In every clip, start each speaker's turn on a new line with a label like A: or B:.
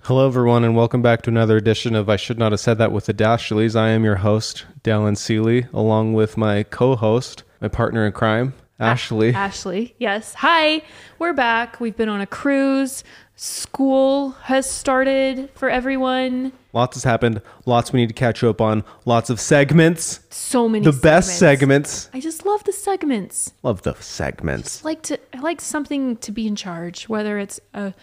A: Hello, everyone, and welcome back to another edition of I Should Not Have Said That with the Dashlys. I am your host, Dallin Seeley, along with my co host, my partner in crime, Ashley.
B: Ashley, yes. Hi, we're back. We've been on a cruise. School has started for everyone.
A: Lots has happened, lots we need to catch up on, lots of segments,
B: So many.
A: the best segments.
B: I just love the segments.
A: Love the segments.
B: Like to, I like something to be in charge, whether it's a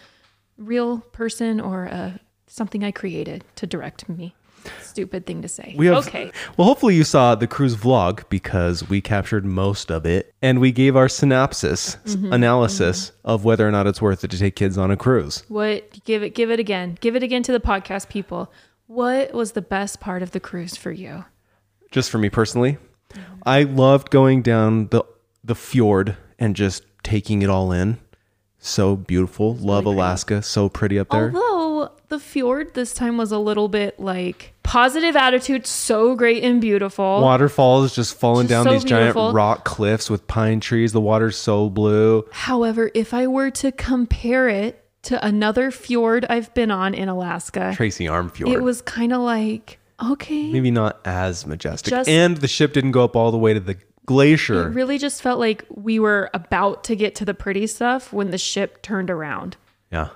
B: real person or a, something I created to direct me. Stupid thing to say.
A: We have,
B: okay.
A: Well, hopefully you saw the cruise vlog because we captured most of it and we gave our synopsis s- analysis of whether or not it's worth it to take kids on a cruise.
B: What? Give it. Give it again. Give it again to the podcast people. What was the best part of the cruise for you?
A: just for me personally. I loved going down the the fjord and just taking it all in. So beautiful. Love Alaska. So pretty up there.
B: Although the fjord this time was a little bit like positive attitude, so great and beautiful.
A: Waterfalls just falling
B: Just
A: down
B: so
A: these
B: beautiful.
A: giant rock cliffs with pine trees. The water's so blue.
B: However, if I were to compare it to another fjord I've been on in Alaska,
A: Tracy Arm Fjord.
B: it was kind of like, okay.
A: Maybe not as majestic.
B: Just-
A: and the ship didn't go up all the way to the
B: It
A: glacier.
B: really just felt like we were about to get to the pretty stuff when the ship turned around.
A: yeah.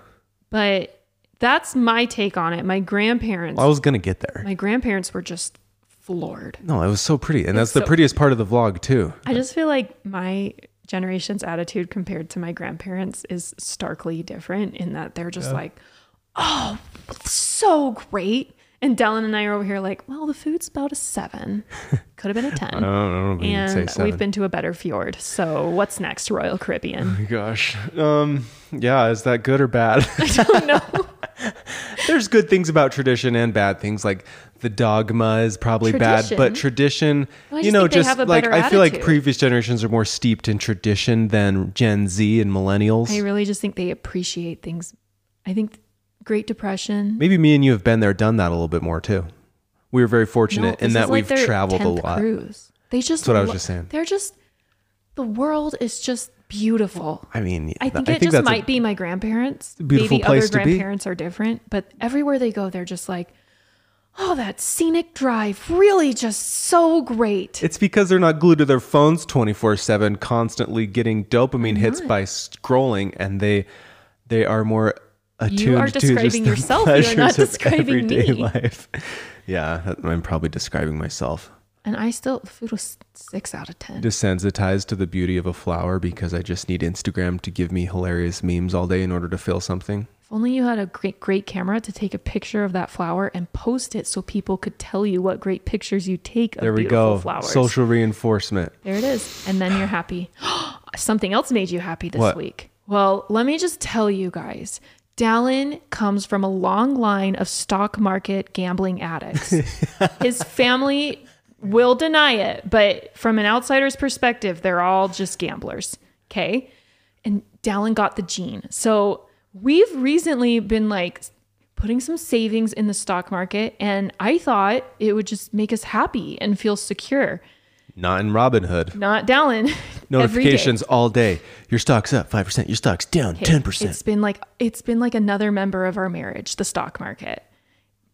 B: But that's my take on it. My grandparents,
A: I was going to get there.
B: my grandparents were just floored.
A: No, it was so pretty. And that's the
B: so-
A: prettiest part of the vlog, too.
B: I just feel like my generation's attitude compared to my grandparents is starkly different in that they're just like, oh, so great. And Dallin and I are over here like, well, the food's about a seven. Could have been a 10.
A: I don't know if you can say
B: and
A: seven.
B: we've been to a better fjord. So what's next, Royal Caribbean?
A: Oh my gosh. Um, yeah, is that good or bad?
B: no.
A: There's good things about tradition and bad things. Like the dogma is probably bad,
B: Tradition?
A: but tradition,
B: Well, I
A: you
B: just
A: know,
B: think they
A: just
B: have a
A: like
B: better
A: I feel like
B: attitude.
A: previous generations are more steeped in tradition than Gen Z and millennials.
B: I really just think they appreciate things. I think Great Depression.
A: Maybe me and you have been there, done that a little bit more too. We were very
B: No,
A: fortunate
B: this
A: in
B: is
A: that we've
B: like their
A: traveled a
B: 10th
A: lot.
B: Cruise. They just
A: That's what I was
B: lo-
A: just saying.
B: They're just the world is just beautiful.
A: I mean,
B: I think
A: I
B: it
A: think
B: just
A: that's a-
B: might be my grandparents.
A: beautiful
B: Maybe
A: place to
B: other
A: be.
B: grandparents are different, but everywhere they go, they're just like, "Oh, that scenic drive, really just so great."
A: It's because they're not glued to their phones 24 7, constantly getting dopamine hits by scrolling, and they they are more attuned
B: You are
A: to just
B: describing
A: the
B: yourself. You are not
A: pleasures of
B: describing
A: everyday
B: me.
A: life. Yeah, that- I'm probably describing myself.
B: and I still food was six out of ten.
A: Desensitized to the beauty of a flower because I just need Instagram to give me hilarious memes all day in order to feel something.
B: if only you had a great, great camera to take a picture of that flower and post it so people could tell you what great pictures you take of
A: There we
B: beautiful
A: go.
B: flowers.
A: Social reinforcement.
B: There it is. And then you're happy. Something else made you happy this
A: What?
B: week. Well, let me just tell you guys. Dallin comes from a long line of stock market gambling addicts. His family will deny it, but from an outsider's perspective, they're all just gamblers. Okay. And Dallin got the gene. So we've recently been like putting some savings in the stock market, and I thought it would just make us happy and feel secure
A: Not in Robin Hood.
B: not Dallin. every day.
A: Notifications all day. Your stock's up 5%, your stock's down 10%.
B: It's been like it's been like another member of our marriage, the stock market.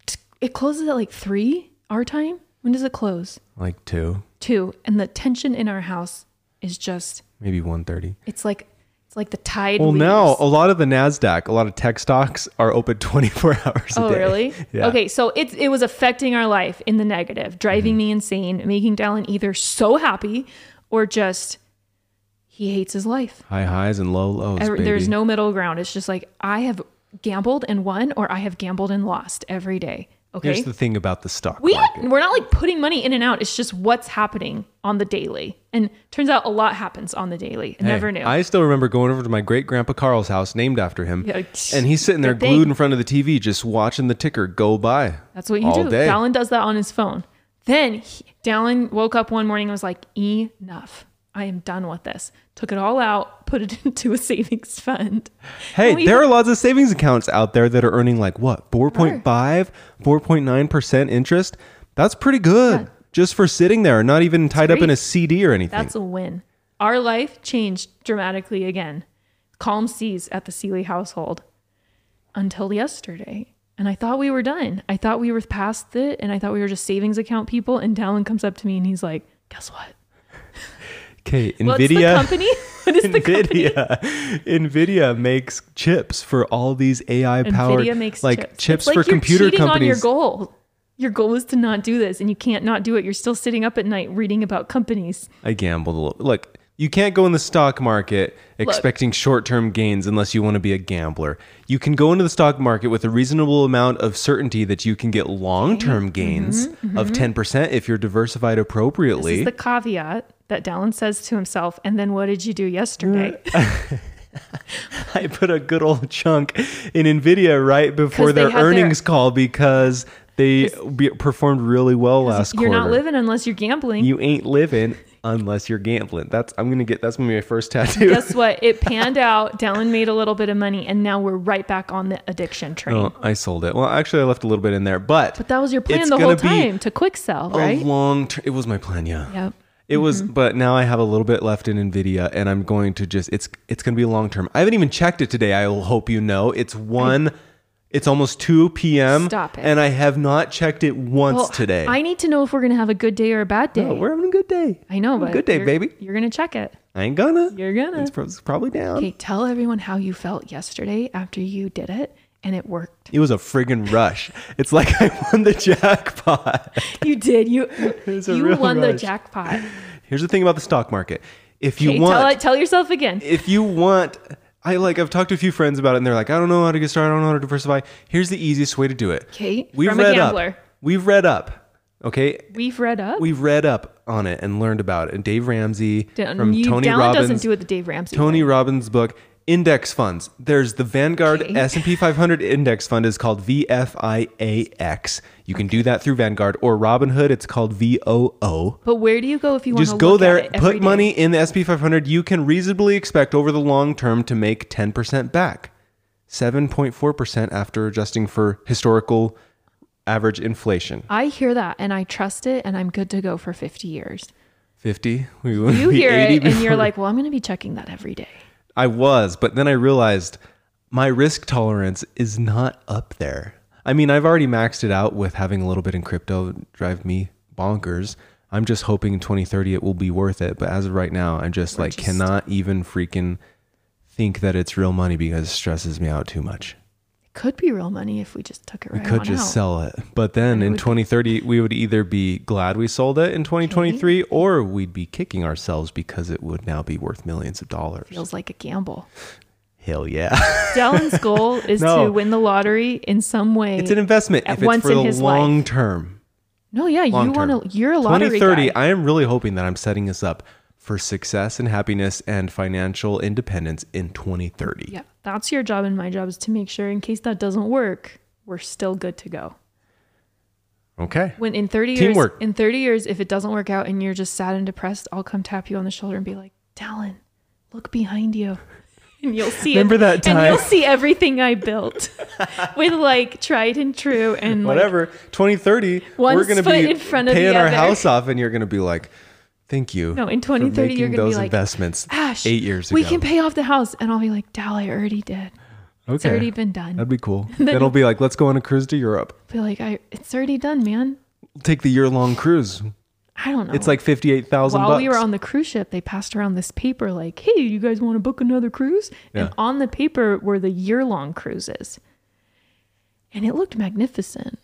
B: T- It closes at like three our time. When does it close?
A: like two,
B: Two. And the tension in our house is just
A: maybe 130.
B: it's like it's like the tide.
A: Well,
B: leaves.
A: now a lot of the Nasdaq, a lot of tech stocks are open 24 hours a
B: Oh
A: day.
B: really?
A: Yeah.
B: Okay, so it it was affecting our life in the negative, driving
A: Mm-hmm.
B: me insane, making Dallin either so happy or just he hates his life.
A: High highs and low lows.
B: Every-
A: baby.
B: there's no middle ground. It's just like I have gambled and won, or I have gambled and lost every day. Okay,
A: Here's the thing about the stock
B: we
A: market.
B: we're not like putting money in and out. It's just what's happening on the daily, and turns out a lot happens on the daily. I
A: Hey,
B: never knew.
A: I still remember going over to my great grandpa Carl's house, named after him,
B: Yeah,
A: and he's sitting there
B: good thing.
A: glued in front of the TV, just watching the ticker go by.
B: That's what you
A: all
B: do.
A: Day.
B: Dallin does that on his phone. Then he, Dallin woke up one morning and was like, enough. I am done with this. Took it all out, put it into a savings fund.
A: Hey,
B: we-
A: there are lots of savings accounts out there that are earning like what 4.5, 4.9 percent interest. That's pretty good. Just for sitting there, not even tied up in
B: great.
A: a CD or anything.
B: That's a win. Our life changed dramatically again. Calm seas at the Seeley household until yesterday. And I thought we were done. I thought we were past it and I thought we were just savings account people. And Dallin comes up to me and he's like, Guess what?
A: Okay,
B: What's the
A: Nvidia.
B: company? What is the company?
A: Nvidia, Nvidia makes chips for all these AI powered
B: Nvidia makes
A: like
B: chips,
A: chips
B: It's like
A: for
B: you're
A: computer
B: cheating On your
A: companies.
B: goal, your goal is to not do this, and you can't not do it. You're still sitting up at night reading about companies.
A: I gambled a little. Look, you can't go in the stock market expecting short term gains unless you want to be a gambler. You can go into the stock market with a reasonable amount of certainty that you can get long
B: Mm-hmm.
A: term gains of 10% if you're diversified
B: This
A: appropriately.
B: is the caveat that Dallin says to himself. And then, what did you do yesterday?
A: I put a good old chunk in Nvidia right before
B: 'Cause they
A: their
B: had their-
A: earnings call because they be- performed really well last
B: You're
A: quarter.
B: not living unless you're gambling.
A: You ain't living unless you're gambling. That's I'm gonna get. That's gonna be my first tattoo.
B: Guess what? It panned out. Dallin made a little bit of money, and now we're right back on the addiction train.
A: Oh, I sold it. Well, actually, I left a little bit in there, but
B: But that was your plan
A: it's
B: the whole
A: gonna be
B: time to quick sell,
A: A
B: right? Mm-hmm.
A: long. Ter- it was my plan. Yeah.
B: Yep.
A: It was, but now I have a little bit left in Nvidia, and I'm going to just it's it's going to be long term. I haven't even checked it today. I will hope you know it's one, it's almost two p.m.
B: Stop it.
A: And I have not checked it once
B: Well,
A: today.
B: I need to know if we're gonna have a good day or a bad day.
A: Oh, we're having a good day.
B: I know, but
A: good day,
B: you're-
A: baby.
B: You're gonna check it.
A: I ain't gonna.
B: You're gonna.
A: It's prob- it's probably down.
B: Okay, tell everyone how you felt yesterday after you did it and it worked.
A: It was a friggin' rush. It's like I won the jackpot.
B: You did. You
A: was a
B: you
A: real
B: won the
A: rush.
B: jackpot.
A: Here's the thing about the stock market. If you
B: Okay,
A: want
B: tell it- tell yourself again.
A: if you want I like I've talked to a few friends about it and they're like, I don't know how to get started, I don't know how to diversify. Here's the easiest way to do it.
B: Okay,
A: We've
B: from a
A: read
B: gambler.
A: up. We've read up. Okay.
B: We've read up.
A: We've read up on it and learned about it. And Dave Ramsey
B: Dallin-
A: from
B: you-
A: Tony
B: Dallin
A: Robbins.
B: doesn't do it the Dave Ramsey. way.
A: Tony Robbins' book, Index Funds. There's the Vanguard
B: Okay.
A: S&P 500 Index Fund is called VFIAX. You can do that through Vanguard or Robinhood. It's called VOO.
B: But where do you go if you want to
A: Just go there, put money in the SP 500. You can reasonably expect over the long term to make 10% back, 7.4% after adjusting for historical average inflation.
B: I hear that and I trust it and I'm good to go for 50 years.
A: 50. We
B: You hear it and you're like, "Well, I'm going to be checking that every day."
A: I was, but then I realized my risk tolerance is not up there. I mean, I've already maxed it out with having a little bit in crypto drive me bonkers. I'm just hoping in 2030 it will be worth it. But as of right now, I'm just like
B: just-
A: cannot even freaking think that it's real money because it stresses me out too much.
B: It could be real money if we just took it right
A: Could
B: on
A: just
B: out.
A: sell it. But then in 2030, we would either be glad we sold it in 2023 or we'd be kicking ourselves because it would now be worth millions of dollars.
B: Feels like a gamble.
A: Hell yeah.
B: Dallin's goal is
A: No.
B: to win the lottery in some way.
A: It's an investment
B: At
A: if it's
B: once
A: for
B: in
A: the
B: his life.
A: long term.
B: No, yeah, you
A: Long term.
B: want to. You're a lottery
A: 2030,
B: guy.
A: I am really hoping that I'm setting us up for success and happiness and financial independence in 2030.
B: yeah, that's your job, and my job is to make sure, in case that doesn't work, we're still good to go.
A: Okay.
B: When in 30 years,
A: Teamwork.
B: in 30 years, if it doesn't work out and you're just sad and depressed, I'll come tap you on the shoulder and be like, Dallin, look behind you. And you'll see.
A: Remember that
B: And you'll
A: time?
B: see everything I built with like tried and true and like,
A: Whatever. 2030,
B: One
A: we're going to
B: foot
A: be
B: in front of the
A: paying our
B: other.
A: house off and you're going to be like, thank you.
B: No, in
A: for
B: 2030, you're
A: making
B: gonna be
A: those
B: like,
A: investments
B: Ash,
A: 8 years
B: we
A: ago.
B: can pay off the house. And I'll be like, Dal, I already did.
A: okay.
B: It's already been done.
A: That'd be cool. then it'll be like, let's go on a cruise to Europe.
B: be like, I, it's already done, man.
A: Take the year long cruise.
B: I don't know.
A: It's like 58,000
B: while
A: bucks.
B: we were on the cruise ship, they passed around this paper like, "Hey, you guys want to book another cruise?"
A: Yeah.
B: And on the paper were the year-long cruises, and it looked magnificent.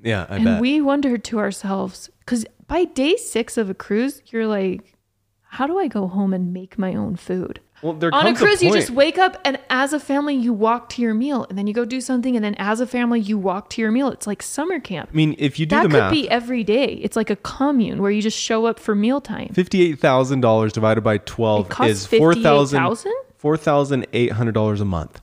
A: yeah, I
B: and
A: bet.
B: we wondered to ourselves because by day six of a cruise, you're like, "How do I go home and make my own food?"
A: well, there
B: on a
A: comes
B: cruise, you
A: point-
B: just wake up and as a family, you walk to your meal, and then you go do something, and then as a family, you walk to your meal. It's like summer camp.
A: I mean, if you do
B: That
A: the
B: could
A: math,
B: be every day. It's like a commune where you just show up for mealtime.
A: Fifty-eight thousand dollars divided by twelve
B: It costs
A: is four thousand
B: $58,000?
A: four thousand eight hundred dollars a month.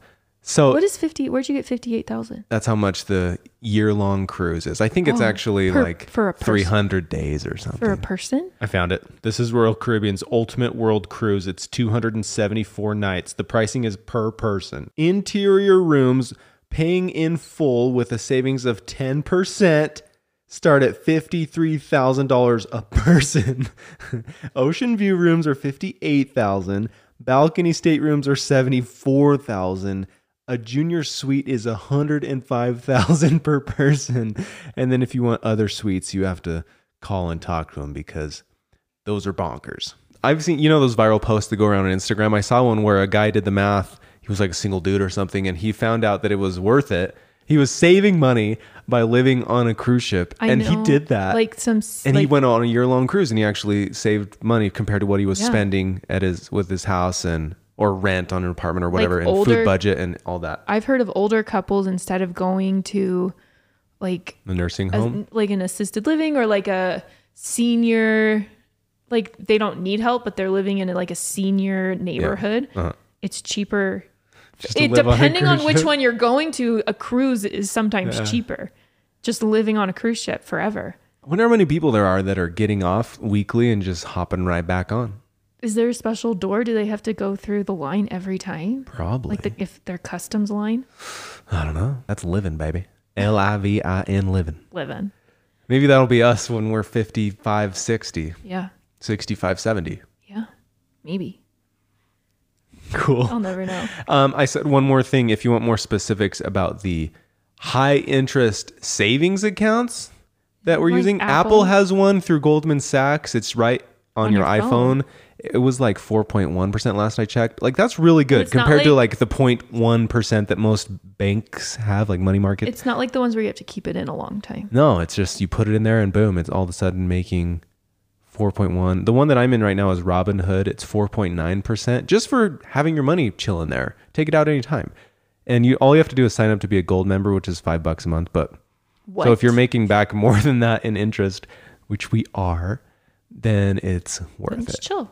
A: So
B: What is fifty? Where'd you get fifty-eight thousand?
A: that's how much the year-long cruise is. I think it's actually
B: Oh, per-
A: like
B: for a person.
A: three hundred days or
B: For a
A: something.
B: person?
C: I found it. This is Royal Caribbean's Ultimate World Cruise. It's 274 nights. The pricing is per person.
A: Interior rooms paying in full with a savings of ten percent start at fifty-three thousand dollars a person. Ocean view rooms are fifty-eight thousand. Balcony staterooms are seventy-four thousand.
C: A junior suite is 105,000 per person. And then if you want other suites, you have to call and talk to them because those are bonkers.
A: I've seen, you know, those viral posts that go around on Instagram. I saw one where a guy did the math. He was like a single dude or something, and he found out that it was worth it. He was saving money by living on a cruise ship,
B: I
A: and he
B: know.
A: did that.
B: Like some.
A: and he went on a year long cruise, and he actually saved money compared to what he was
B: Yeah.
A: spending at his with his house and or rent on an apartment or whatever, and food
B: older-
A: budget and all that.
B: I've heard of older couples instead of going to, like,
A: The nursing
B: a-
A: home.
B: like an assisted living or like a senior like they don't need help but they're living in like a senior neighborhood it's cheaper
A: Uh-huh. Just to
B: it,
A: live on a
B: depending on,
A: cruise
B: which
A: ship.
B: one you're going to a cruise is sometimes cheaper just living on a cruise ship forever
A: I wonder how many people there are that are getting off weekly and just hopping right back on.
B: is there a special door do they have to go through the line every time
A: Probably.
B: like the, if their customs line
A: I don't know. That's living, baby. L I V I N living.
B: live in
A: Maybe that'll be us when we're 55, 60,
B: yeah
A: 65, 70.
B: yeah maybe
A: Cool.
B: i'll never know
A: Um, I said one more thing. If you want more specifics about the high interest savings accounts that we're
B: Like
A: using, Apple.
B: Apple?
A: has one through Goldman Sachs. It's right on,
B: On
A: your,
B: your
A: iPhone.
B: phone.
A: It was like 4.1% last I checked. Like, that's really good
B: it's not
A: compared to like the 0.1% that most banks have, like money market.
B: it's not like the ones where you have to keep it in a long time
A: No, it's just you put it in there and boom, it's all of a sudden making 4.1. The one that I'm in right now is Robinhood. It's 4.9% just for having your money chill in there. Take it out anytime. And you all you have to do is sign up to be a gold member, which is 5 bucks a month, but
B: what
A: so if you're making back more than that in interest, which we are, then it's worth
B: It's
A: it.
B: chill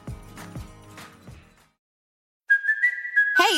D: Hey,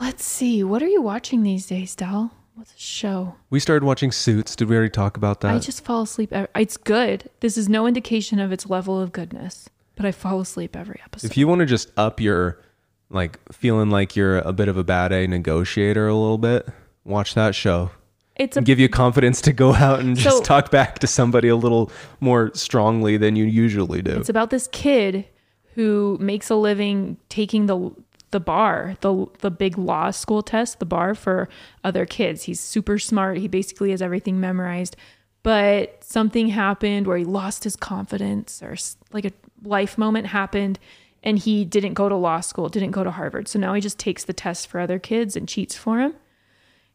B: Let's see. What are you watching these days, Dal? What's a show?
A: We started watching Suits. Did we already talk about that?
B: I just fall asleep. ev- It's good. This is no indication of its level of goodness, but I fall asleep every episode.
A: If you want to just up your, like, feeling like you're a bit of a bad A negotiator a little bit, watch that show.
B: it's a
A: And give you confidence to go out and just
B: So-
A: talk back to somebody a little more strongly than you usually do.
B: it's about this kid who makes a living taking the the bar, the the big law school test, the bar for other kids. He's super smart. He basically has everything memorized. But something happened where he lost his confidence or s- like a life moment happened and he didn't go to law school, didn't go to Harvard. So now he just takes the test for other kids and cheats for him.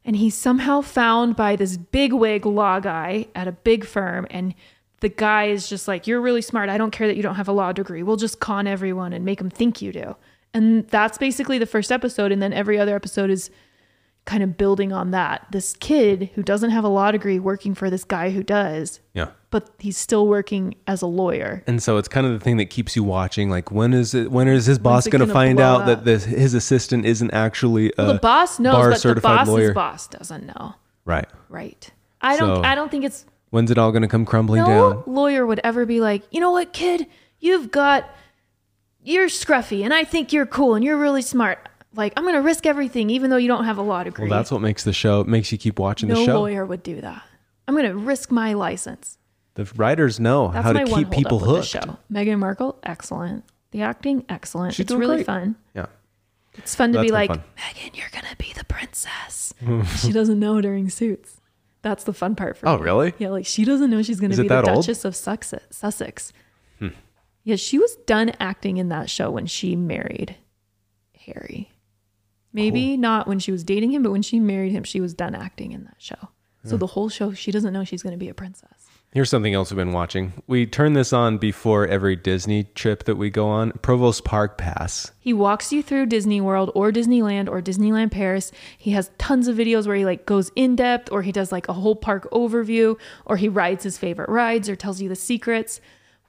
B: And he's somehow found by this bigwig law guy at a big firm. And the guy is just like, You're really smart. I don't care that you don't have a law degree. We'll just con everyone and make them think you do. And that's basically the first episode. And then every other episode is kind of building on that. This kid who doesn't have a law degree working for this guy who does,
A: yeah.
B: but he's still working as a lawyer.
A: And so it's kind of the thing that keeps you watching. Like, when is it? When is his boss
B: it
A: going to
B: gonna
A: find
B: blow
A: out that
B: up?
A: this, his assistant isn't actually a
B: the boss
A: Uh, bar
B: knows, but the
A: certified
B: boss's
A: lawyer?
B: boss doesn't know.
A: Right.
B: Right. I don't
A: So-
B: I don't think it's
A: When's it all going to come crumbling
B: no
A: down?
B: lawyer would ever be like, you know what, kid, you've got, you're scruffy, and I think you're cool, and you're really smart. like I'm going to risk everything, even though you don't have a law degree.
A: Well, that's what makes the show, it makes you keep watching
B: no
A: the show.
B: lawyer would do that. I'm going to risk my license.
A: The writers know
B: That's
A: how
B: my
A: to
B: one
A: keep
B: holdup
A: people
B: with the
A: hooked.
B: show. Meghan Markle, excellent. The acting, excellent.
A: She's
B: it's
A: doing
B: really
A: great.
B: fun.
A: Yeah.
B: It's fun to
A: That's
B: be
A: been
B: like,
A: fun.
B: Megan, you're going to be the princess. she doesn't know during suits. That's the fun part for
A: Oh,
B: me.
A: really?
B: Yeah, like she doesn't know she's going
A: Is
B: to
A: it
B: be the
A: that old? Hmm.
B: Duchess of Sussex. Sussex. Yeah, she was done acting in that show when she married Harry. Maybe not when she was dating him, but when she married him, she was done acting in that show. So the whole show, she doesn't know she's going to be a princess.
A: Here's something else we've been watching. We turn this on before every Disney trip that we go on. Provost Park Pass.
B: He walks you through Disney World or Disneyland or Disneyland Paris. He has tons of videos where he like goes in depth or he does like a whole park overview or he rides his favorite rides or tells you the secrets.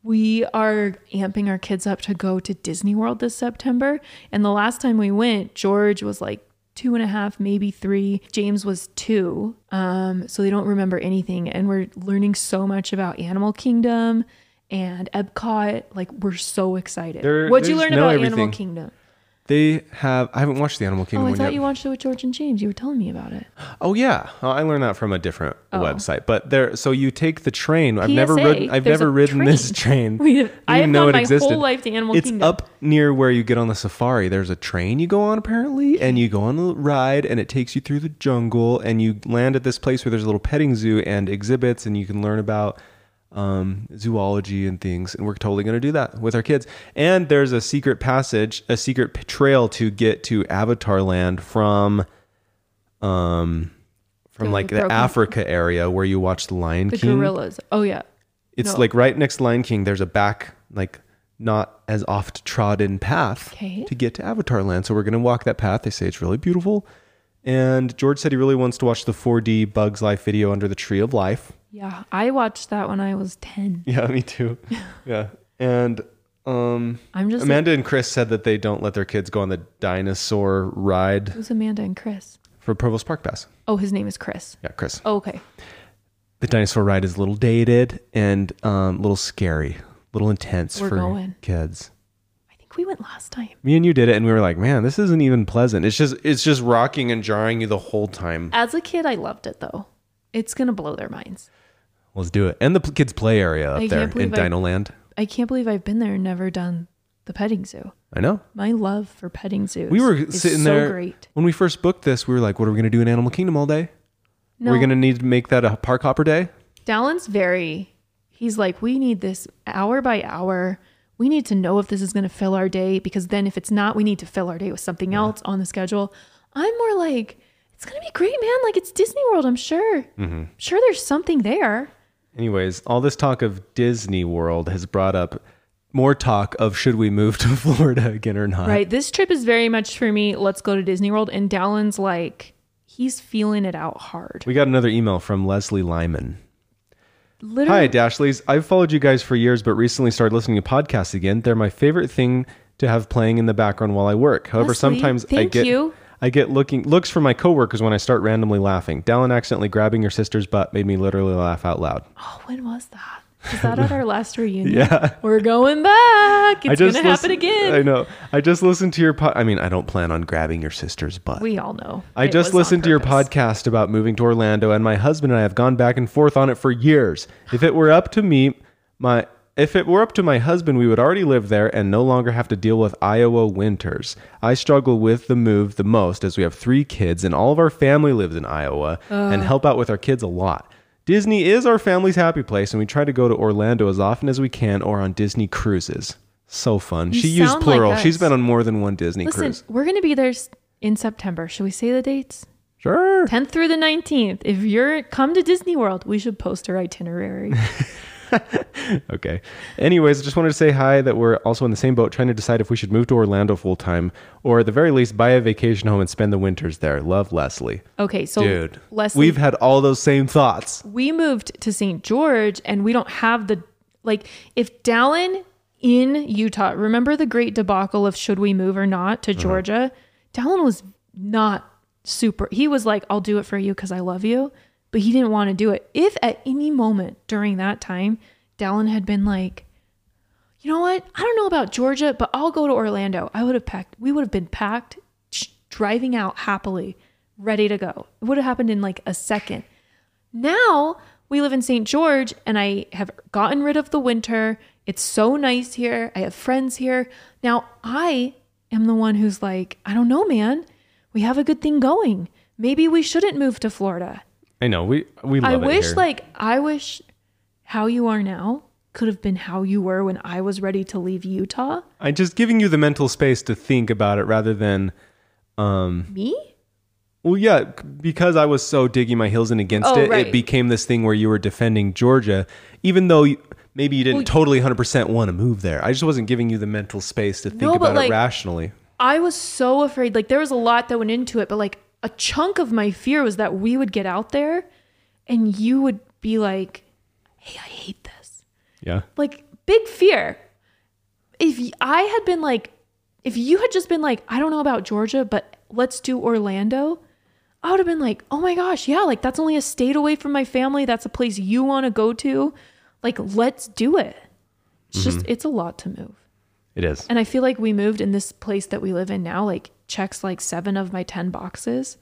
B: We are amping our kids up to go to Disney World this September. And the last time we went, George was like two and a half, maybe three. James was two. Um, so they don't remember anything. And we're learning so much about Animal Kingdom and Epcot. Like we're so excited.
A: There-
B: What'd you
A: there's
B: learn
A: no
B: about Animal
A: everything.
B: Kingdom?
A: They have. I haven't watched the Animal Kingdom
B: Oh, I
A: one
B: thought
A: yet.
B: you watched it with George and James. You were telling me about it.
A: oh yeah, Uh, I learned that from a different website. But there, so you take the train. I've never
B: PSA,
A: ridden. I've
B: there's Oh. a
A: never ridden this train.
B: We have- I
A: didn't
B: have
A: know
B: gone
A: it
B: my whole
A: existed.
B: life to Animal
A: it's
B: Kingdom.
A: up near where you get on the safari. There's a train you go on apparently, and you go on the ride, and it takes you through the jungle, and you land at this place where there's a little petting zoo and exhibits, and you can learn about um, zoology and things. And we're totally going to do that with our kids. And there's a secret passage, a secret p- trail to get to Avatar Land from, um, from
B: The
A: like the
B: broken-
A: Africa area where you watch the Lion
B: The
A: King.
B: gorillas. Oh yeah.
A: It's
B: No.
A: like right next to Lion King. There's a back, like not as oft trodden path
B: Okay.
A: to get to Avatar Land. So we're gonna walk that path. They say it's really beautiful. And George said he really wants to watch the 4D Bugs Life video under the Tree of Life.
B: Yeah. I watched that when I was ten.
A: Yeah, me too. yeah, and um,
B: I'm just
A: Amanda and Chris said that they don't let their kids go on the dinosaur ride
B: who's Amanda and Chris.
A: for Provost Park Pass.
B: Oh, his name is Chris.
A: Yeah, Chris.
B: Oh, okay.
A: The dinosaur ride is a little dated and um, a little scary, a little intense
B: We're
A: for
B: going.
A: kids.
B: I think we went last time.
A: me and you did it and we were like man this isn't even pleasant it's just it's just rocking and jarring you the whole time
B: As a kid, I loved it though. It's gonna blow their minds.
A: let's do it and the p- kids play area up
B: I
A: there
B: can't
A: in
B: believe I-
A: dino land
B: I can't believe I've been there and never done the petting zoo.
A: i know
B: My love for petting zoos.
A: we were
B: is
A: sitting
B: so
A: there
B: Great.
A: when we first booked this we were like what are we gonna do in animal kingdom all day
B: No,
A: we're gonna need to make that a park hopper day
B: Dallin's very, he's like, we need this hour by hour. We need to know if this is going to fill our day because then if it's not, we need to fill our day with something else on the schedule. I'm more like, it's going to be great, man. Like it's Disney World, I'm sure.
A: Mm-hmm.
B: I'm sure there's something there.
A: anyways all this talk of disney world has brought up more talk of should we move to florida again or not
B: Right. This trip is very much for me, let's go to Disney World. And Dallin's like, he's feeling it out hard.
A: we got another email from leslie lyman
B: Literally.
A: Hi, Dashleys. I've followed you guys for years, but recently started listening to podcasts again. They're my favorite thing to have playing in the background while I work. However,
B: Leslie,
A: sometimes I
B: thank
A: get
B: you.
A: I get looking looks from my coworkers when I start randomly laughing. Dallin accidentally grabbing your sister's butt made me literally laugh out loud.
B: Oh, when was that? Is that at our last reunion? Yeah. We're going back. It's going to happen
A: listen-
B: again.
A: I know. I just listened to your pod. I mean, I don't plan on grabbing your sister's butt.
B: We all know.
A: I
B: It was
A: just
B: on
A: listened to your
B: purpose.
A: podcast about moving to Orlando, and my husband and I have gone back and forth on it for years. If it were up to me, my if it were up to my husband, we would already live there and no longer have to deal with Iowa winters. I struggle with the move the most as we have three kids and all of our family lives in Iowa and help out with our kids a lot. Disney is our family's happy place, and we try to go to Orlando as often as we can or on Disney cruises. So fun.
B: You
A: she used
B: sound like
A: plural.
B: us.
A: She's been on more than one Disney
B: Listen,
A: cruise.
B: we're going to be there s- in September. Should we say the dates?
A: Sure.
B: 10th through the 19th. If you're come to Disney World, we should post our itinerary.
A: Okay. Anyways, I just wanted to say hi that we're also in the same boat trying to decide if we should move to Orlando full time or at the very least buy a vacation home and spend the winters there. Love Leslie.
B: Okay, so
A: Dude.
B: Leslie,
A: We've had all those same thoughts.
B: we moved to St. George and we don't have the like if Dallin in Utah, remember the great debacle of should we move or not to Georgia? Dallin was not super. He was like, I'll do it for you because I love you, but he didn't want to do it. If at any moment during that time, Dallin had been like, you know what? I don't know about Georgia, but I'll go to Orlando. I would have packed, we would have been packed, sh- driving out happily, ready to go. It would have happened in like a second. Now we live in St. George and I have gotten rid of the winter. It's so nice here. I have friends here. Now I am the one who's like, I don't know, man. We have a good thing going. Maybe we shouldn't move to Florida.
A: I know we we love
B: I
A: it
B: wish
A: here.
B: like I wish how you are now could have been how you were when I was ready to leave Utah.
A: I'm just giving you the mental space to think about it rather than
B: Me?
A: well, yeah, c- because I was so digging my heels in against
B: Oh,
A: it,
B: right.
A: it became this thing where you were defending Georgia, even though you, maybe you didn't totally 100% want to move there. I just wasn't giving you the mental space to think
B: No, but,
A: about it
B: like,
A: rationally.
B: I was so afraid. Like there was a lot that went into it, but like a chunk of my fear was that we would get out there and you would be like, "Hey, I hate this."
A: Yeah.
B: Like big fear. If y- I had been like if you had just been like, "I don't know about Georgia, but let's do Orlando." I would have been like, "Oh my gosh, yeah, like that's only a state away from my family. That's a place you want to go to. Like let's do it." It's just it's a lot to move.
A: It is.
B: And I feel like we moved in this place that we live in now, like checks like seven of my 10 boxes.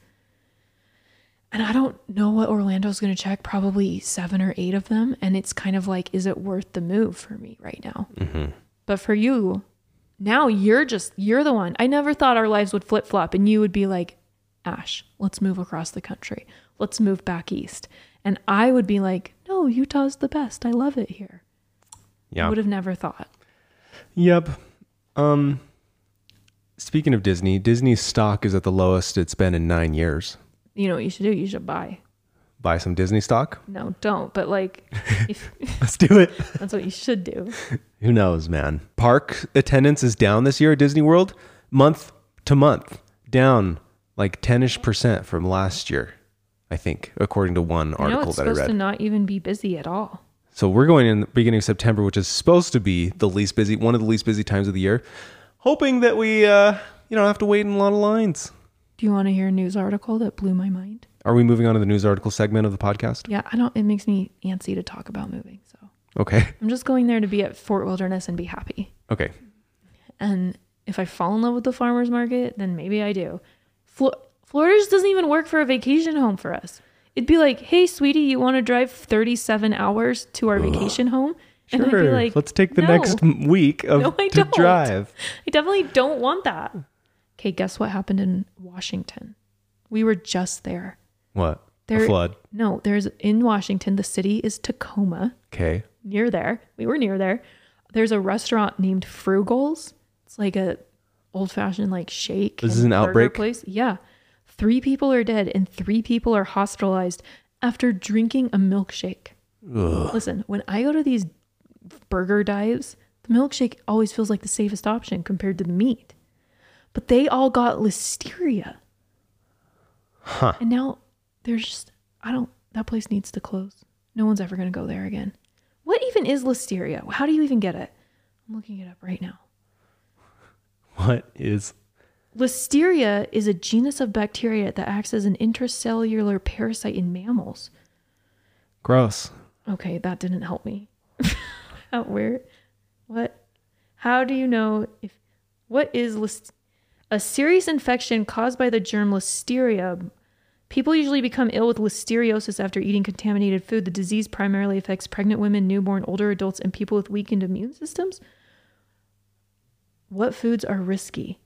B: And I don't know what Orlando's going to check, probably seven or eight of them. And it's kind of like, is it worth the move for me right now? But for you, now you're just, you're the one. I never thought our lives would flip flop and you would be like, Ash, let's move across the country. Let's move back east. And I would be like, no, Utah's the best. I love it here.
A: Yeah.
B: Would have never thought.
A: Yep. Um speaking of Disney, Disney's stock is at the lowest it's been in 9 years.
B: You know what you should do? You should buy.
A: Buy some Disney stock.
B: No, don't. But like, if,
A: Let's do it.
B: that's what you should do.
A: Who knows, man? Park attendance is down this year at Disney World, month to month, down like 10 ish percent from last year, I think, according to one
B: You know,
A: article
B: it's
A: that I
B: supposed
A: read.
B: to not even be busy at all.
A: so we're going in the beginning of September, which is supposed to be the least busy, one of the least busy times of the year, hoping that we, uh, you know, have to wait in a lot of lines.
B: Do you want to hear a news article that blew my mind?
A: Are we moving on to the news article segment of the podcast?
B: Yeah, I don't. It makes me antsy to talk about moving. So
A: Okay.
B: I'm just going there to be at Fort Wilderness and be happy.
A: Okay.
B: And if I fall in love with the farmers market, then maybe I do. Flo- Florida just doesn't even work for a vacation home for us. It'd be like, hey, sweetie, you want to drive 37 hours to our vacation home? And I'd be
A: Sure.
B: like,
A: Let's take the
B: "No."
A: next m- week of
B: No, I
A: to
B: don't.
A: drive.
B: I definitely don't want that. Okay, guess what happened in Washington? We were just there.
A: What?
B: There
A: a flood.
B: No, there's in Washington, the city is Tacoma,
A: Okay.
B: near there. We were near there. There's a restaurant named Frugal's. It's like a old fashioned like shake.
A: This is
B: and
A: an
B: burger
A: outbreak?
B: place. Yeah. Three people are dead and three people are hospitalized after drinking a milkshake. Listen, when I go to these burger dives, the milkshake always feels like the safest option compared to the meat. But they all got listeria. Huh. And now there's just I don't that place needs to close. No one's ever gonna go there again. What even is listeria? How do you even get it? I'm looking it up right now.
A: What is
B: Listeria is a genus of bacteria that acts as an intracellular parasite in mammals.
A: gross?
B: Okay, that didn't help me. How weird. What? How do you know if what is list a serious infection caused by the germ Listeria? People usually become ill with listeriosis after eating contaminated food. The disease primarily affects pregnant women, newborn, older adults, and people with weakened immune systems. What foods are risky?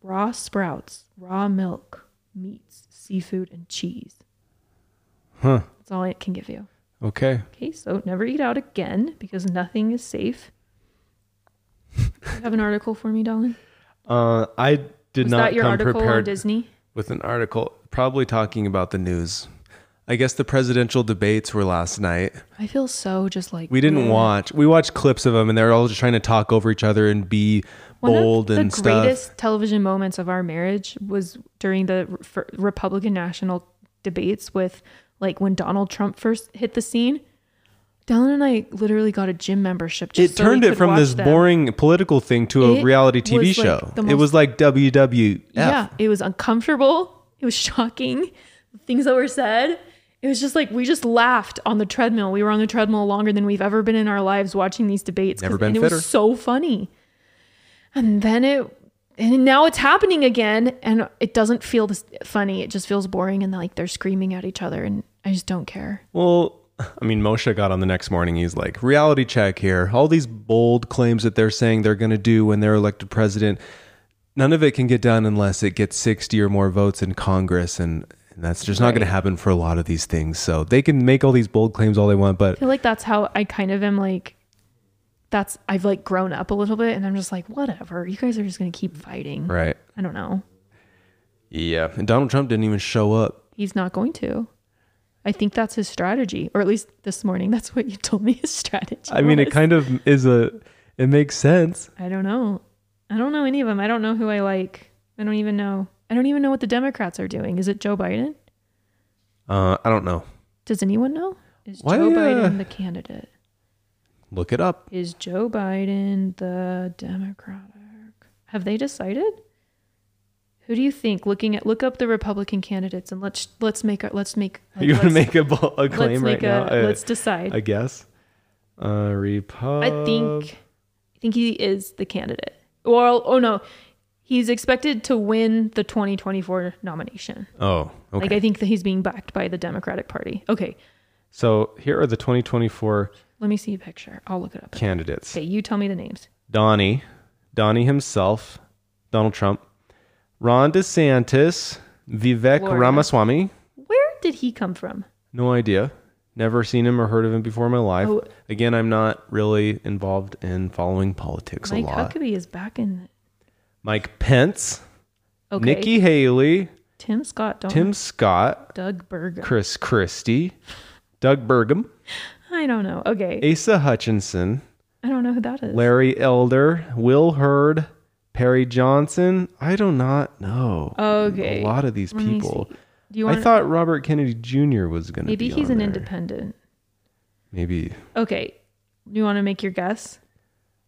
B: Raw sprouts, raw milk, meats, seafood, and cheese.
A: Huh.
B: That's all it can give you.
A: Okay.
B: Okay, so never eat out again because nothing is safe. you have an article for me, Dolan?
A: Uh, I did
B: Was
A: not
B: that your
A: come
B: article on
A: prepared
B: Disney?
A: with an article, probably talking about the news. I guess the presidential debates were last night.
B: I feel so just like
A: We didn't watch. We watched clips of them, and they're all just trying to talk over each other and be
B: One
A: bold
B: of the
A: and stuff.
B: greatest television moments of our marriage was during the re- fir- Republican national debates with like when Donald Trump first hit the scene. Dolan and I literally got a gym membership. Just
A: it
B: so we
A: turned it
B: could
A: from
B: watch
A: this
B: them.
A: boring political thing to a
B: It
A: reality
B: was,
A: TV
B: like,
A: show.
B: the
A: it
B: most-
A: was like WWF.
B: Yeah, it was uncomfortable. It was shocking. The things that were said. It was just like we just laughed on the treadmill. We were on the treadmill longer than we've ever been in our lives watching these debates. 'cause-
A: Never been
B: and it
A: fitter.
B: was so funny. And then it and now it's happening again and it doesn't feel this funny it just feels boring and like they're screaming at each other and i just don't care
A: Well, I mean, Moshe got on the next morning. He's like, reality check here. All these bold claims that they're saying they're going to do when they're elected president, none of it can get done unless it gets 60 or more votes in Congress. And, and that's just not going to happen for a lot of these things. So they can make all these bold claims all they want, but
B: I feel like that's how I kind of am like that's I've like grown up a little bit and I'm just like whatever you guys are just going to keep fighting.
A: right.
B: I don't know.
A: Yeah. And Donald Trump didn't even show up.
B: He's not going to. I think that's his strategy or at least this morning that's what you told me his strategy.
A: I mean, it
B: was.
A: kind of is a, it makes sense.
B: I don't know. I don't know any of them. I don't know who I like. I don't even know. I don't even know what the Democrats are doing. Is it Joe Biden?
A: Uh, I don't know.
B: Does anyone know? Is
A: Why,
B: Joe
A: uh,
B: Biden the candidate?
A: Look it up.
B: Is Joe Biden the Democratic? Have they decided? Who do you think? Looking at look up the Republican candidates and let's let's make a let's make like,
A: you want to make
B: let's-
A: a, bo- a claim right
B: let's make
A: now?
B: a
A: Uh,
B: let's decide.
A: I guess. Uh, Repub.
B: I
A: Uh,
B: think I think he is the candidate. Well, oh no, he's expected to win the 2024 nomination.
A: Oh, okay.
B: Like I think that he's being backed by the Democratic Party. Okay,
A: so here are the 2024
B: let me see a picture. I'll look it up.
A: candidates:
B: Okay, you tell me the names.
A: Donnie, Donnie himself, Donald Trump, Ron DeSantis, Vivek
B: Florida.
A: Ramaswamy.
B: Where did he come from?
A: No idea. Never seen him or heard of him before in my life.
B: Oh.
A: Again, I'm not really involved in following politics
B: Mike
A: a lot.
B: Huckabee is back in.
A: Mike Pence,
B: Okay.
A: Nikki Haley,
B: Tim Scott. Don't
A: Tim Scott,
B: Doug Berger.
A: Chris Christie, Doug Burgum,
B: I don't know. Okay.
A: Asa Hutchinson,
B: I don't know who that is.
A: Larry Elder, Will Hurd, Perry Johnson. I do not know.
B: Okay.
A: A lot of these
B: Let me
A: people.
B: see. Do you
A: I
B: want?
A: thought Robert Kennedy Jr. was going to
B: maybe
A: be
B: he's
A: on
B: an
A: there.
B: independent.
A: Maybe
B: Okay. You want to make your guess?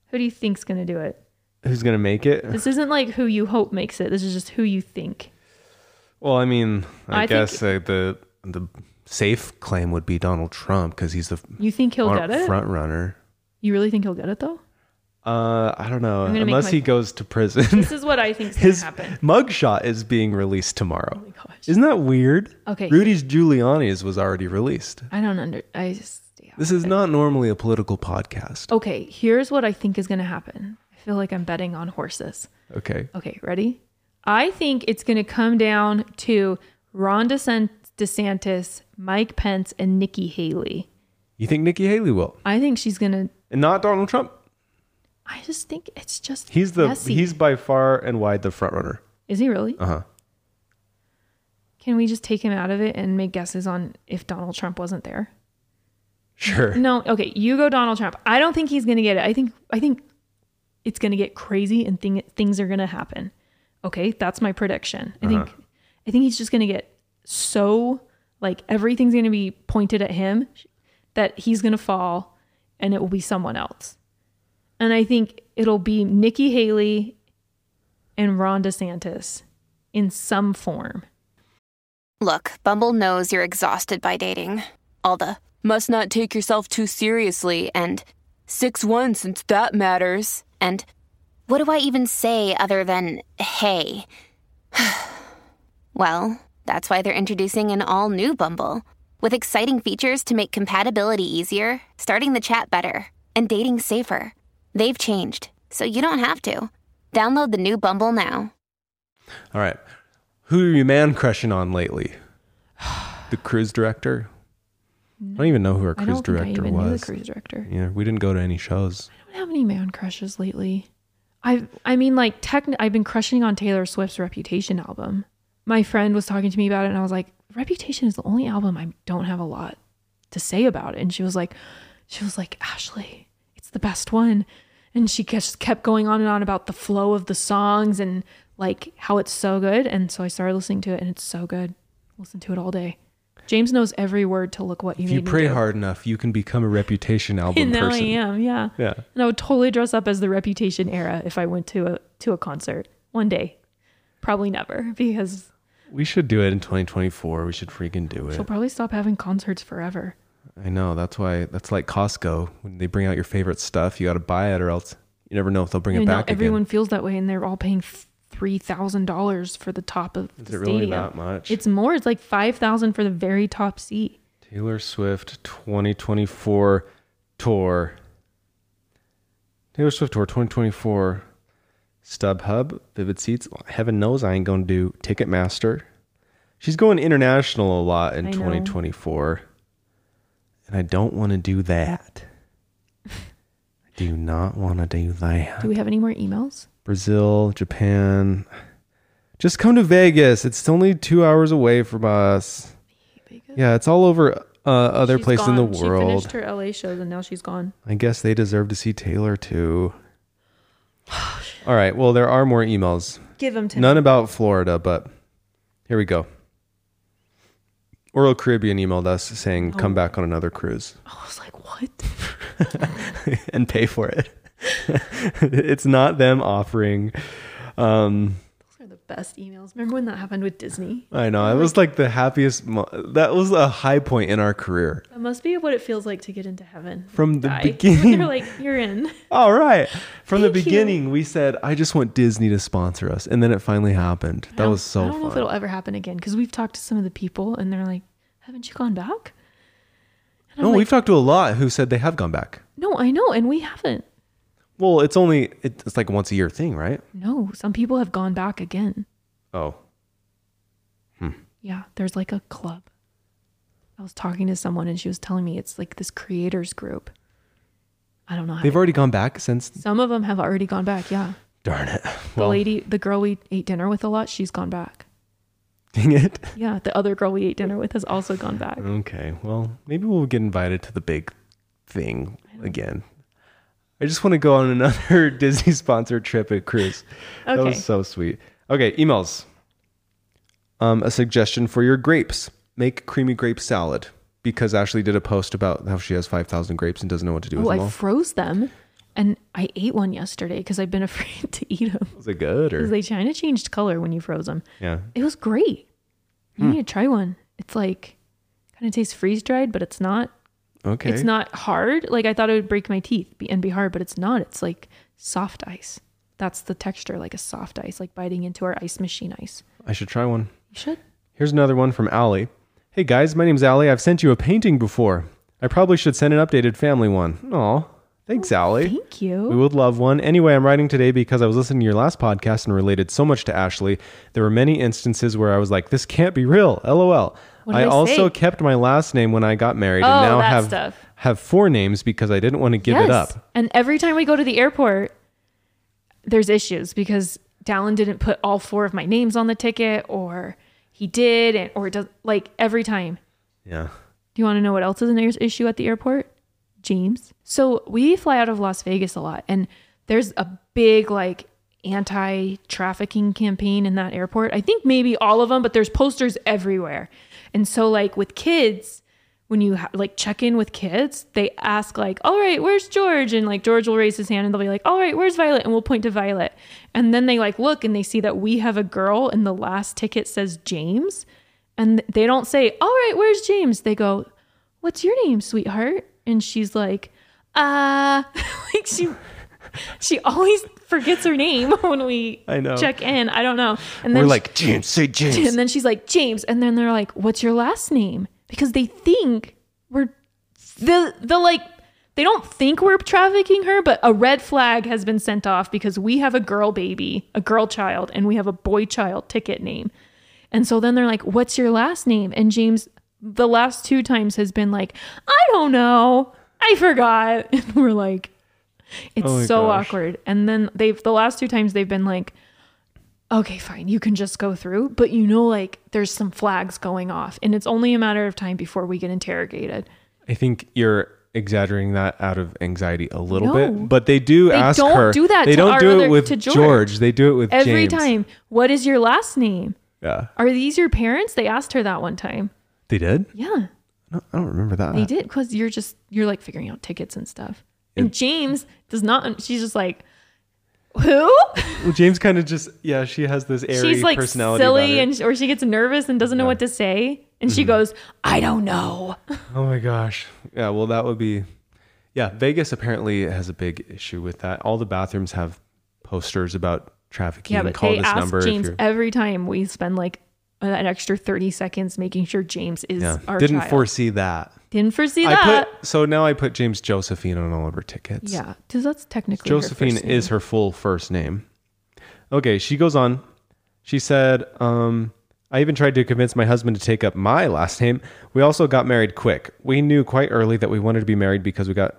B: Who do you think's gonna do it?
A: who's going to make it?
B: This isn't like who you hope makes it. This is just who you think.
A: Well, I mean, I,
B: Oh, I think-
A: guess uh, the the safe claim would be Donald Trump because he's the f-
B: You think he'll get it?
A: front runner.
B: You really think he'll get it though?
A: Uh, I don't know.
B: gonna make
A: Unless
B: my-
A: he goes to prison,
B: This is what I think's gonna
A: his
B: happen.
A: mugshot is being released tomorrow.
B: Oh my gosh.
A: Isn't that weird?
B: Okay.
A: Rudy's Giuliani's was already released.
B: I don't under. I just. yeah.
A: This is not normally a political podcast.
B: Okay, here's what I think is going to happen. I feel like I'm betting on horses.
A: Okay.
B: Okay, ready? I think it's going to come down to Ron DeSan- DeSantis, Mike Pence, and Nikki Haley.
A: You think Nikki Haley will,
B: I think she's going to.
A: and not Donald Trump?
B: I just think it's just.
A: He's the
B: messy.
A: he's by far and wide the front runner.
B: Is he really?
A: Uh huh.
B: Can we just take him out of it and make guesses on if Donald Trump wasn't there?
A: Sure.
B: No, okay, you go Donald Trump. I don't think he's going to get it. I think I think it's going to get crazy and thing, things are going to happen. Okay, that's my prediction. I think
A: Uh-huh.
B: I think he's just going to get so like everything's going to be pointed at him that he's going to fall and it will be someone else. And I think it'll be Nikki Haley and Ron DeSantis in some form.
E: Look, Bumble knows you're exhausted by dating. All the must not take yourself too seriously and 6 1 since that matters. And
F: What do I even say other than hey?
E: well, that's why they're introducing an all new Bumble with exciting features to make compatibility easier, starting the chat better, and dating safer. They've changed, so you don't have to. Download the new Bumble now.
A: All right. Who are you man crushing on lately? The cruise director. I don't even know who our
B: I
A: cruise
B: don't think I
A: director
B: even knew the
A: was.
B: cruise director.
A: Yeah, we didn't go to any shows.
B: I don't have any man crushes lately. I I mean like tech I've been crushing on Taylor Swift's Reputation album. My friend was talking to me about it and I was like, Reputation is the only album I don't have a lot to say about it. And she was like she was like, Ashley, it's the best one. And she just kept going on and on about the flow of the songs and like how it's so good. And so I started listening to it and it's so good. Listen to it all day. James knows every word to look what you
A: If
B: need.
A: you pray hard enough, you can become a reputation album
B: And now
A: person.
B: I am, yeah.
A: Yeah.
B: And I would totally dress up as the Reputation era if I went to a to a concert one day. Probably never because
A: We should do it in 2024. We should freaking do it.
B: she'll probably stop having concerts forever.
A: I know. That's why. That's like Costco. When they bring out your favorite stuff, you got to buy it, or else you never know if they'll bring
B: And
A: it
B: now
A: back
B: everyone
A: again.
B: feels that way, and they're all paying f- three thousand dollars for the top of
A: Is
B: the
A: it really
B: stadium.
A: that much?
B: It's more. It's like five thousand for the very top seat.
A: Taylor Swift 2024 tour. Taylor Swift tour 2024. StubHub, Vivid Seats. Heaven knows I ain't gonna do Ticketmaster. She's going international a lot in
B: I know.
A: 2024, and I don't want to do that. I do not want to do that.
B: Do we have any more emails?
A: Brazil, Japan. Just come to Vegas. It's only two hours away from us. Yeah, it's all over uh, other
B: She's
A: place in the
B: gone. She
A: world.
B: finished her LA shows and now she's gone.
A: I guess they deserve to see Taylor too. all right. Well, there are more emails.
B: Give them to
A: None about Florida, but here we go. Oral Caribbean emailed us
B: Oh.
A: saying, "Come back on another cruise
B: I was like, what?
A: and pay for it." it's not them offering. Um,
B: Those are the best emails. Remember when that happened with Disney?
A: I know. It was like the happiest. Mo- that was a high point in our career
B: That must be what it feels like to get into heaven.
A: from the
B: Die.
A: beginning.
B: They're like, you're in.
A: All right. From the
B: Thank you.
A: beginning, we said, I just want Disney to sponsor us. And then it finally happened. That was
B: I
A: so
B: don't know if
A: fun.
B: it'll ever happen again because we've talked to some of the people and they're like, haven't you gone back? And
A: No,
B: I'm like,
A: we've talked to a lot who said they have gone back.
B: no, I know. And we haven't.
A: Well, it's only, it- it's like a once a year thing, right?
B: No, some people have gone back again.
A: Oh.
B: Yeah, there's like a club. I was talking to someone and she was telling me it's like this creators group. I don't know. How
A: They've already gone back since.
B: some of them have already gone back. Yeah.
A: Darn it.
B: The
A: Well,
B: lady, the girl we ate dinner with a lot, she's gone back.
A: dang it.
B: Yeah, the other girl we ate dinner with has also gone back.
A: Okay. Well, maybe we'll get invited to the big thing again. I just want to go on another Disney sponsored trip at cruise. That
B: Okay.
A: was so sweet. Okay, emails. Um, a suggestion for your grapes. Make creamy grape salad because Ashley did a post about how she has 5,000 grapes and doesn't know what to do with
B: Oh,
A: them
B: I
A: all.
B: froze them and I ate one yesterday because I've been afraid to eat them.
A: Was it good or?
B: They kind of changed color when you froze them.
A: yeah.
B: It was great. You
A: Hmm.
B: need to try one. It's like kind of tastes freeze dried, but it's not.
A: Okay.
B: It's not hard. Like I thought it would break my teeth be- and be hard, but it's not. It's like soft ice. That's the texture, like a soft ice, like biting into our ice machine ice.
A: I should try one.
B: You should.
A: Here's another one from Allie. Hey guys, my name's Allie. I've sent you a painting before. I probably should send an updated family one. Aw. Thanks, Allie.
B: Thank you.
A: We would love one. Anyway, I'm writing today because I was listening to your last podcast and related so much to Ashley. There were many instances where I was like, this can't be real. LOL.
B: What did I
A: also
B: say?
A: kept my last name when I got married and
B: Oh,
A: now
B: that
A: have
B: stuff.
A: have four names because I didn't want to give it up.
B: And every time we go to the airport, there's issues because Dallin didn't put all four of my names on the ticket, or he did, and or it does like every time.
A: Yeah.
B: Do you want to know what else is an air- issue at the airport? James. So we fly out of Las Vegas a lot, and there's a big like anti-trafficking campaign in that airport. I think maybe all of them, but there's posters everywhere. And so like with kids, when you ha- like check in with kids, they ask like, "All right, where's George?" and like George will raise his hand and they'll be like, "All right, where's Violet?" and we'll point to Violet. And then they like look and they see that we have a girl and the last ticket says James. And they don't say, "All right, where's James?" They go, "What's your name, sweetheart?" And she's like, "Uh, like she she always forgets her name when we
A: I know.
B: check in. I don't know." And then
A: We're
B: she-
A: like, James, say James.
B: and then she's like, James. And then they're like, what's your last name? Because they think we're the the like they don't think we're trafficking her, but a red flag has been sent off because we have a girl baby, a girl child, and we have a boy child ticket name. And so then they're like, what's your last name? And James the last two times has been like, I don't know. I forgot. And we're like, it's
A: Oh my
B: so
A: gosh.
B: awkward. And then they've the last two times they've been like, okay, fine, you can just go through, but you know, like there's some flags going off, and it's only a matter of time before we get interrogated.
A: I think you're exaggerating that out of anxiety a little
B: No.
A: bit, but they do
B: They
A: ask
B: don't
A: her.
B: do that
A: They
B: to
A: don't
B: our
A: do it
B: other-
A: with
B: to
A: George.
B: George.
A: They do it with
B: Every
A: James.
B: time, what is your last name?
A: Yeah.
B: Are these your parents? They asked her that one time.
A: They did?
B: Yeah,
A: No, I don't remember that.
B: they did because you're just you're like figuring out tickets and stuff. And James does not. She's just like, who?
A: Well, James kind of just, yeah, she has this airy
B: she's like
A: personality. about
B: silly,
A: her. Mm-hmm.
B: and or she gets nervous and doesn't know what to say, and she goes, I don't know.
A: Oh my gosh. Yeah, well that would be Yeah, Vegas apparently has a big issue with that. All the bathrooms have posters about trafficking.
B: Yeah, but
A: Call
B: they
A: this
B: ask
A: number if
B: James
A: you're-
B: every time we spend like an extra 30 seconds making sure James is
A: yeah.
B: our
A: Didn't
B: child.
A: foresee that.
B: Didn't foresee
A: I
B: that.
A: put so now I put James Josephine on all of her tickets.
B: yeah, because that's technically her
A: Josephine
B: first name.
A: is her full first name. Okay, she goes on. She said, um, I even tried to convince my husband to take up my last name. We also got married quick. We knew quite early that we wanted to be married because we got,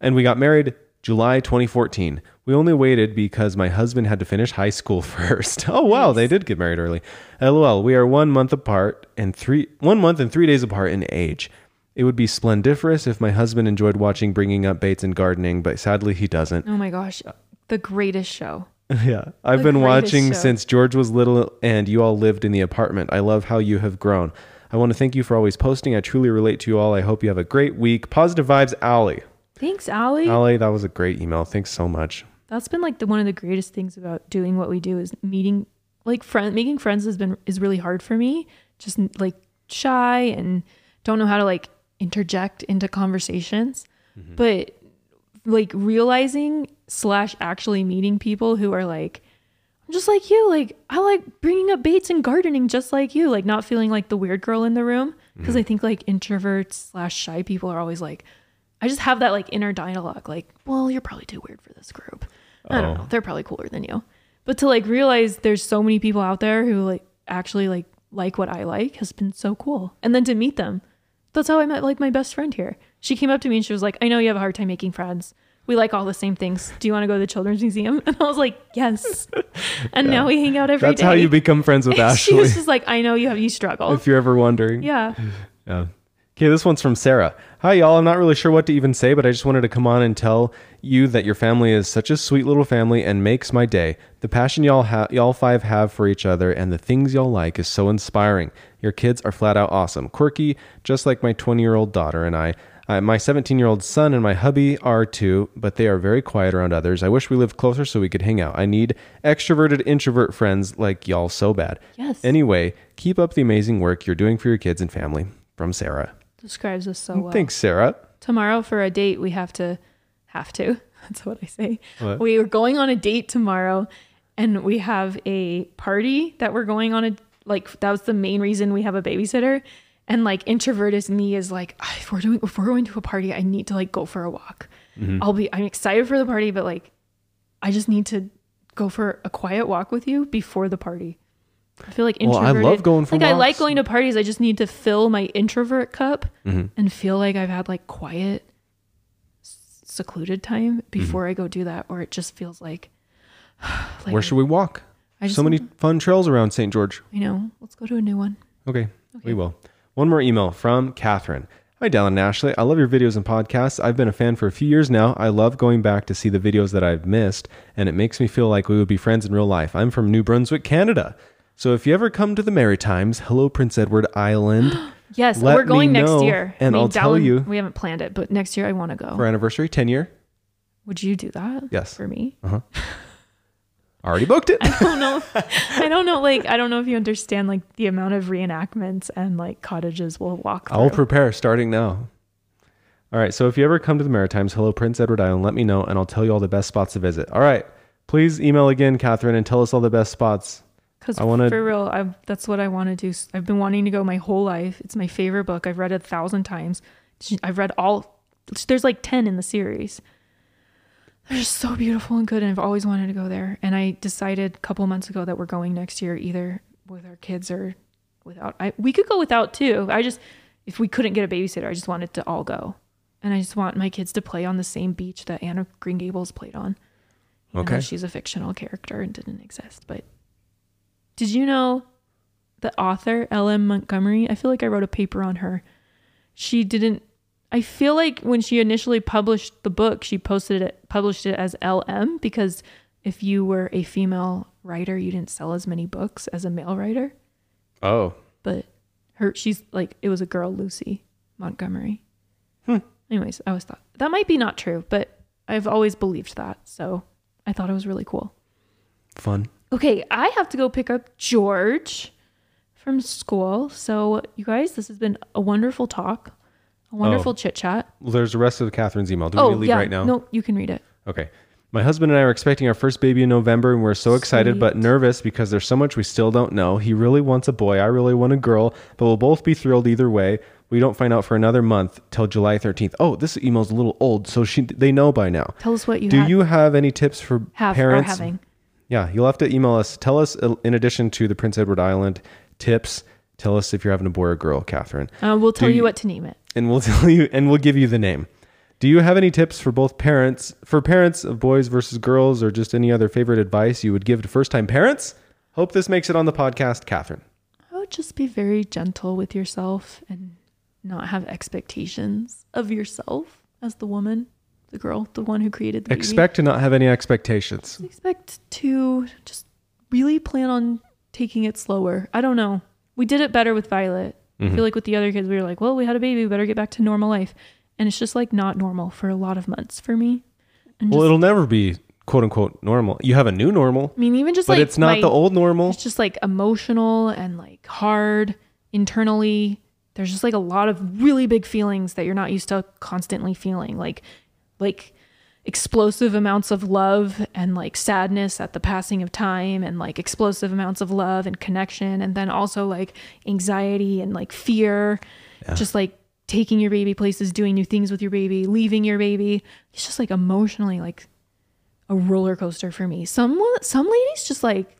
A: and we got married July 2014. We only waited because my husband had to finish high school first. Oh, wow, they did get married early. LOL, we are one month apart and three, one month and three days apart in age. It would be splendiferous if my husband enjoyed watching Bringing Up Bates and Gardening, but sadly he doesn't.
B: Oh my gosh, the greatest show.
A: Yeah. I've
B: The
A: been
B: greatest
A: watching
B: show.
A: since George was little and you all lived in the apartment. I love how you have grown. I want to thank you for always posting. I truly relate to you all. I hope you have a great week. Positive vibes, Allie.
B: Thanks, Allie.
A: Allie, that was a great email. Thanks so much.
B: That's been like the one of the greatest things about doing what we do is meeting like friend making friends has been is really hard for me. Just like shy and don't know how to like interject into conversations. But like realizing slash actually meeting people who are like I'm just like you. Like I like bringing up baits and gardening, just like you. Like not feeling like the weird girl in the room, because I think like introverts slash shy people are always like, I just have that like inner dialogue. Like, well, you're probably too weird for this group. I don't know. They're probably cooler than you. But to like realize there's so many people out there who like actually like like what I like has been so cool. And then to meet them, that's how I met like my best friend here. She came up to me and she was like, I know you have a hard time making friends. We like all the same things. Do you want to go to the children's museum? And I was like, yes. And now we hang out every day.
A: That's how you become friends with
B: She
A: Ashley,
B: was just like, I know you have you struggle.
A: if you're ever wondering.
B: yeah.
A: Okay, this one's from Sarah. Hi, y'all. I'm not really sure what to even say, but I just wanted to come on and tell you that your family is such a sweet little family and makes my day. The passion y'all ha- y'all five have for each other and the things y'all like is so inspiring. Your kids are flat out awesome, quirky, just like my 20 year old daughter and I. Uh, my 17 year old son and my hubby are too, but they are very quiet around others. I wish we lived closer so we could hang out. I need extroverted introvert friends like y'all so bad.
B: Yes.
A: Anyway, keep up the amazing work you're doing for your kids and family. From Sarah.
B: Describes us so well.
A: Oh, Mm, Thanks, Sarah.
B: tomorrow for a date we have to have to that's what i say we are going on a date tomorrow and we have a party that we're going on a like that was the main reason we have a babysitter and like introvert as me is like "Ah, if we're doing if we're going to a party i need to like go for a walk
A: Mm-hmm.
B: i'll be i'm excited for the party but like i just need to go for a quiet walk with you before the party i feel like
A: Well, I love
B: introverted
A: going for
B: like i like
A: walks.
B: going to parties i just need to fill my introvert cup
A: Mm-hmm.
B: and feel like I've had like quiet, s- secluded time
A: Mm-hmm.
B: before I go do that, or it just feels like, like
A: Where should we walk?
B: I just
A: so many fun trails around St. George.
B: you know, let's go to a new one.
A: Okay, we will. One more email from Catherine. Hi, Dallin and Ashley. I love your videos and podcasts. I've been a fan for a few years now. I love going back to see the videos that I've missed, and it makes me feel like we would be friends in real life. I'm from New Brunswick, Canada. So if you ever come to the Maritimes, hello, Prince Edward Island.
B: Yes,
A: Let
B: we're going
A: me
B: next
A: know,
B: year,
A: and I'll
B: that
A: tell
B: one-
A: you.
B: we haven't planned it, but next year I want to go.
A: for anniversary, 10 year.
B: Would you do that?
A: Yes.
B: for me.
A: Already booked it.
B: I don't know. I don't know. Like I don't know if you understand like the amount of reenactments and like cottages we'll walk.
A: I'll
B: through.
A: prepare starting now. All right. So if you ever come to the Maritimes, hello, Prince Edward Island, let me know and I'll tell you all the best spots to visit. All right. Please email again, Catherine, and tell us all the best spots.
B: Because
A: I wanna-
B: for real, i that's what I want to do. I've been wanting to go my whole life. It's my favorite book. I've read it a thousand times. I've read all. There's like ten in the series. They're just so beautiful and good, and I've always wanted to go there. And I decided a couple months ago that we're going next year, either with our kids or without. I we could go without too. I just if we couldn't get a babysitter, I just wanted to all go, and I just want my kids to play on the same beach that Anna of Green Gables played on. You know,
A: Okay.
B: she's a fictional character and didn't exist, but did you know the author L.M. Montgomery? I feel like I wrote a paper on her. She didn't. I feel like when she initially published the book, she posted it published it as L.M. because if you were a female writer, you didn't sell as many books as a male writer.
A: Oh.
B: But her, she's like it was a girl, Lucy Montgomery.
A: Hmm.
B: Anyways, I always thought that might be not true, but I've always believed that, so I thought it was really cool.
A: Fun.
B: Okay, I have to go pick up George from school. So, you guys, this has been a wonderful talk, a wonderful chit chat.
A: Well, there's the rest of Catherine's email. Do we need to
B: Oh,
A: Oh. leave
B: yeah.
A: right now?
B: No, you can read it.
A: Okay. My husband and I are expecting our first baby in November, and we're so excited but nervous because there's so much we still don't know. He really wants a boy, I really want a girl, but we'll both be thrilled either way. We don't find out for another month till July 13th. Oh, this email's a little old, so she they know by now.
B: Tell us what you
A: Do
B: had-
A: you have any tips for
B: have
A: parents
B: or having.
A: yeah, you'll have to email us. Tell us, uh, in addition to the Prince Edward Island tips, tell us if you're having a boy or girl, Catherine.
B: Uh, we'll tell
A: Do
B: you,
A: you-
B: what to name it.
A: And we'll tell you, and we'll give you the name. Do you have any tips for both parents, for parents of boys versus girls, or just any other favorite advice you would give to first time parents? Hope this makes it on the podcast, Catherine.
B: I would just be very gentle with yourself and not have expectations of yourself as the woman, the girl, the one who created the baby.
A: Expect to not have any expectations.
B: expect to just really plan on taking it slower. I don't know. We did it better with Violet. I
A: Mm-hmm.
B: feel like with the other kids, we were like, well, we had a baby, we better get back to normal life. And it's just like not normal for a lot of months for me. And
A: Well,
B: just,
A: it'll never be quote unquote normal. You have a new normal,
B: I mean, even just
A: but
B: like
A: it's not
B: my-
A: the old normal.
B: It's just like emotional and like hard internally. There's just like a lot of really big feelings that you're not used to constantly feeling, like like explosive amounts of love and like sadness at the passing of time and like explosive amounts of love and connection and then also like anxiety and like fear just like taking your baby places doing new things with your baby leaving your baby it's just like emotionally like a roller coaster for me some some ladies just like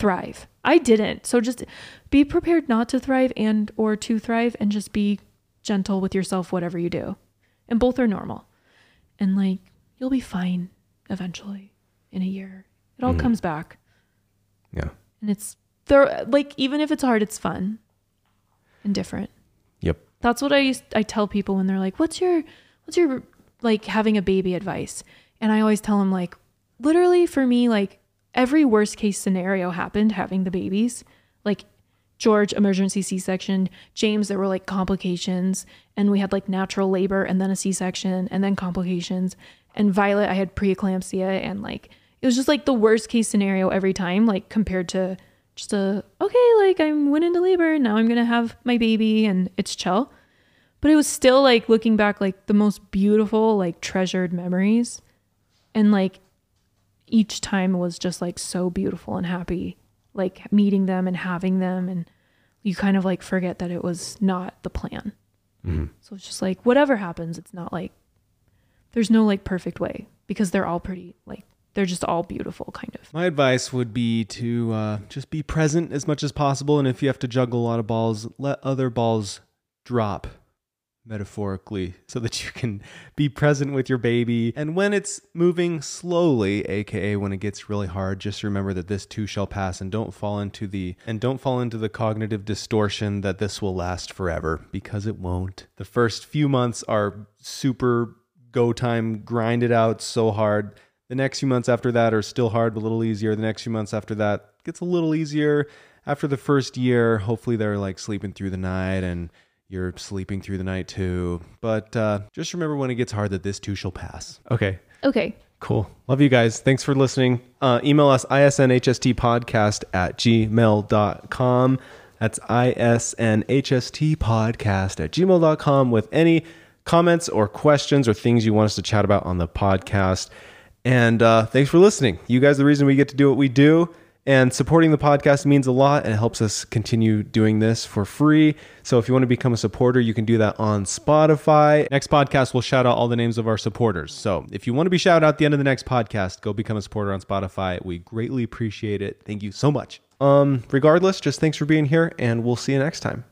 B: thrive. I didn't. So just be prepared not to thrive and or to thrive and just be gentle with yourself whatever you do. And both are normal. And like you'll be fine eventually in a year. It all comes back.
A: Yeah.
B: And it's there like even if it's hard it's fun and different.
A: Yep.
B: That's what I used I tell people when they're like, "What's your what's your like having a baby advice?" And I always tell them like literally for me like every worst case scenario happened having the babies. Like George emergency C-section, James there were like complications and we had like natural labor and then a C-section and then complications and Violet I had preeclampsia and like it was just like the worst case scenario every time like compared to just a okay like I went into labor and now I'm going to have my baby and it's chill. But it was still like looking back like the most beautiful like treasured memories and like each time was just like so beautiful and happy like meeting them and having them and you kind of like forget that it was not the plan so it's just like whatever happens it's not like there's no like perfect way because they're all pretty like they're just all beautiful kind of
C: My advice would be to uh, just be present as much as possible. And if you have to juggle a lot of balls, let other balls drop metaphorically so that you can be present with your baby. And when it's moving slowly, aka when it gets really hard, just remember that this too shall pass and don't fall into the and don't fall into the cognitive distortion that this will last forever because it won't. The first few months are super go time, grind it out so hard. The next few months after that are still hard, but a little easier. The next few months after that gets a little easier. After the first year, hopefully they're like sleeping through the night and you're sleeping through the night too. But uh, just remember when it gets hard that this too shall pass.
A: Okay.
B: okay
A: Cool. Love you guys. Thanks for listening. Uh, email us isnhstpodcast at gmail.com. That's isnhstpodcast at gmail.com with any comments or questions or things you want us to chat about on the podcast. And uh, thanks for listening. You guys, are the reason we get to do what we do. And supporting the podcast means a lot and it helps us continue doing this for free. So if you want to become a supporter, you can do that on Spotify.
C: Next podcast, we'll shout out all the names of our supporters. So if you want to be shouted out at the end of the next podcast, go become a supporter on Spotify. We greatly appreciate it. Thank you so much.
A: Um, regardless, just thanks for being here and we'll see you next time.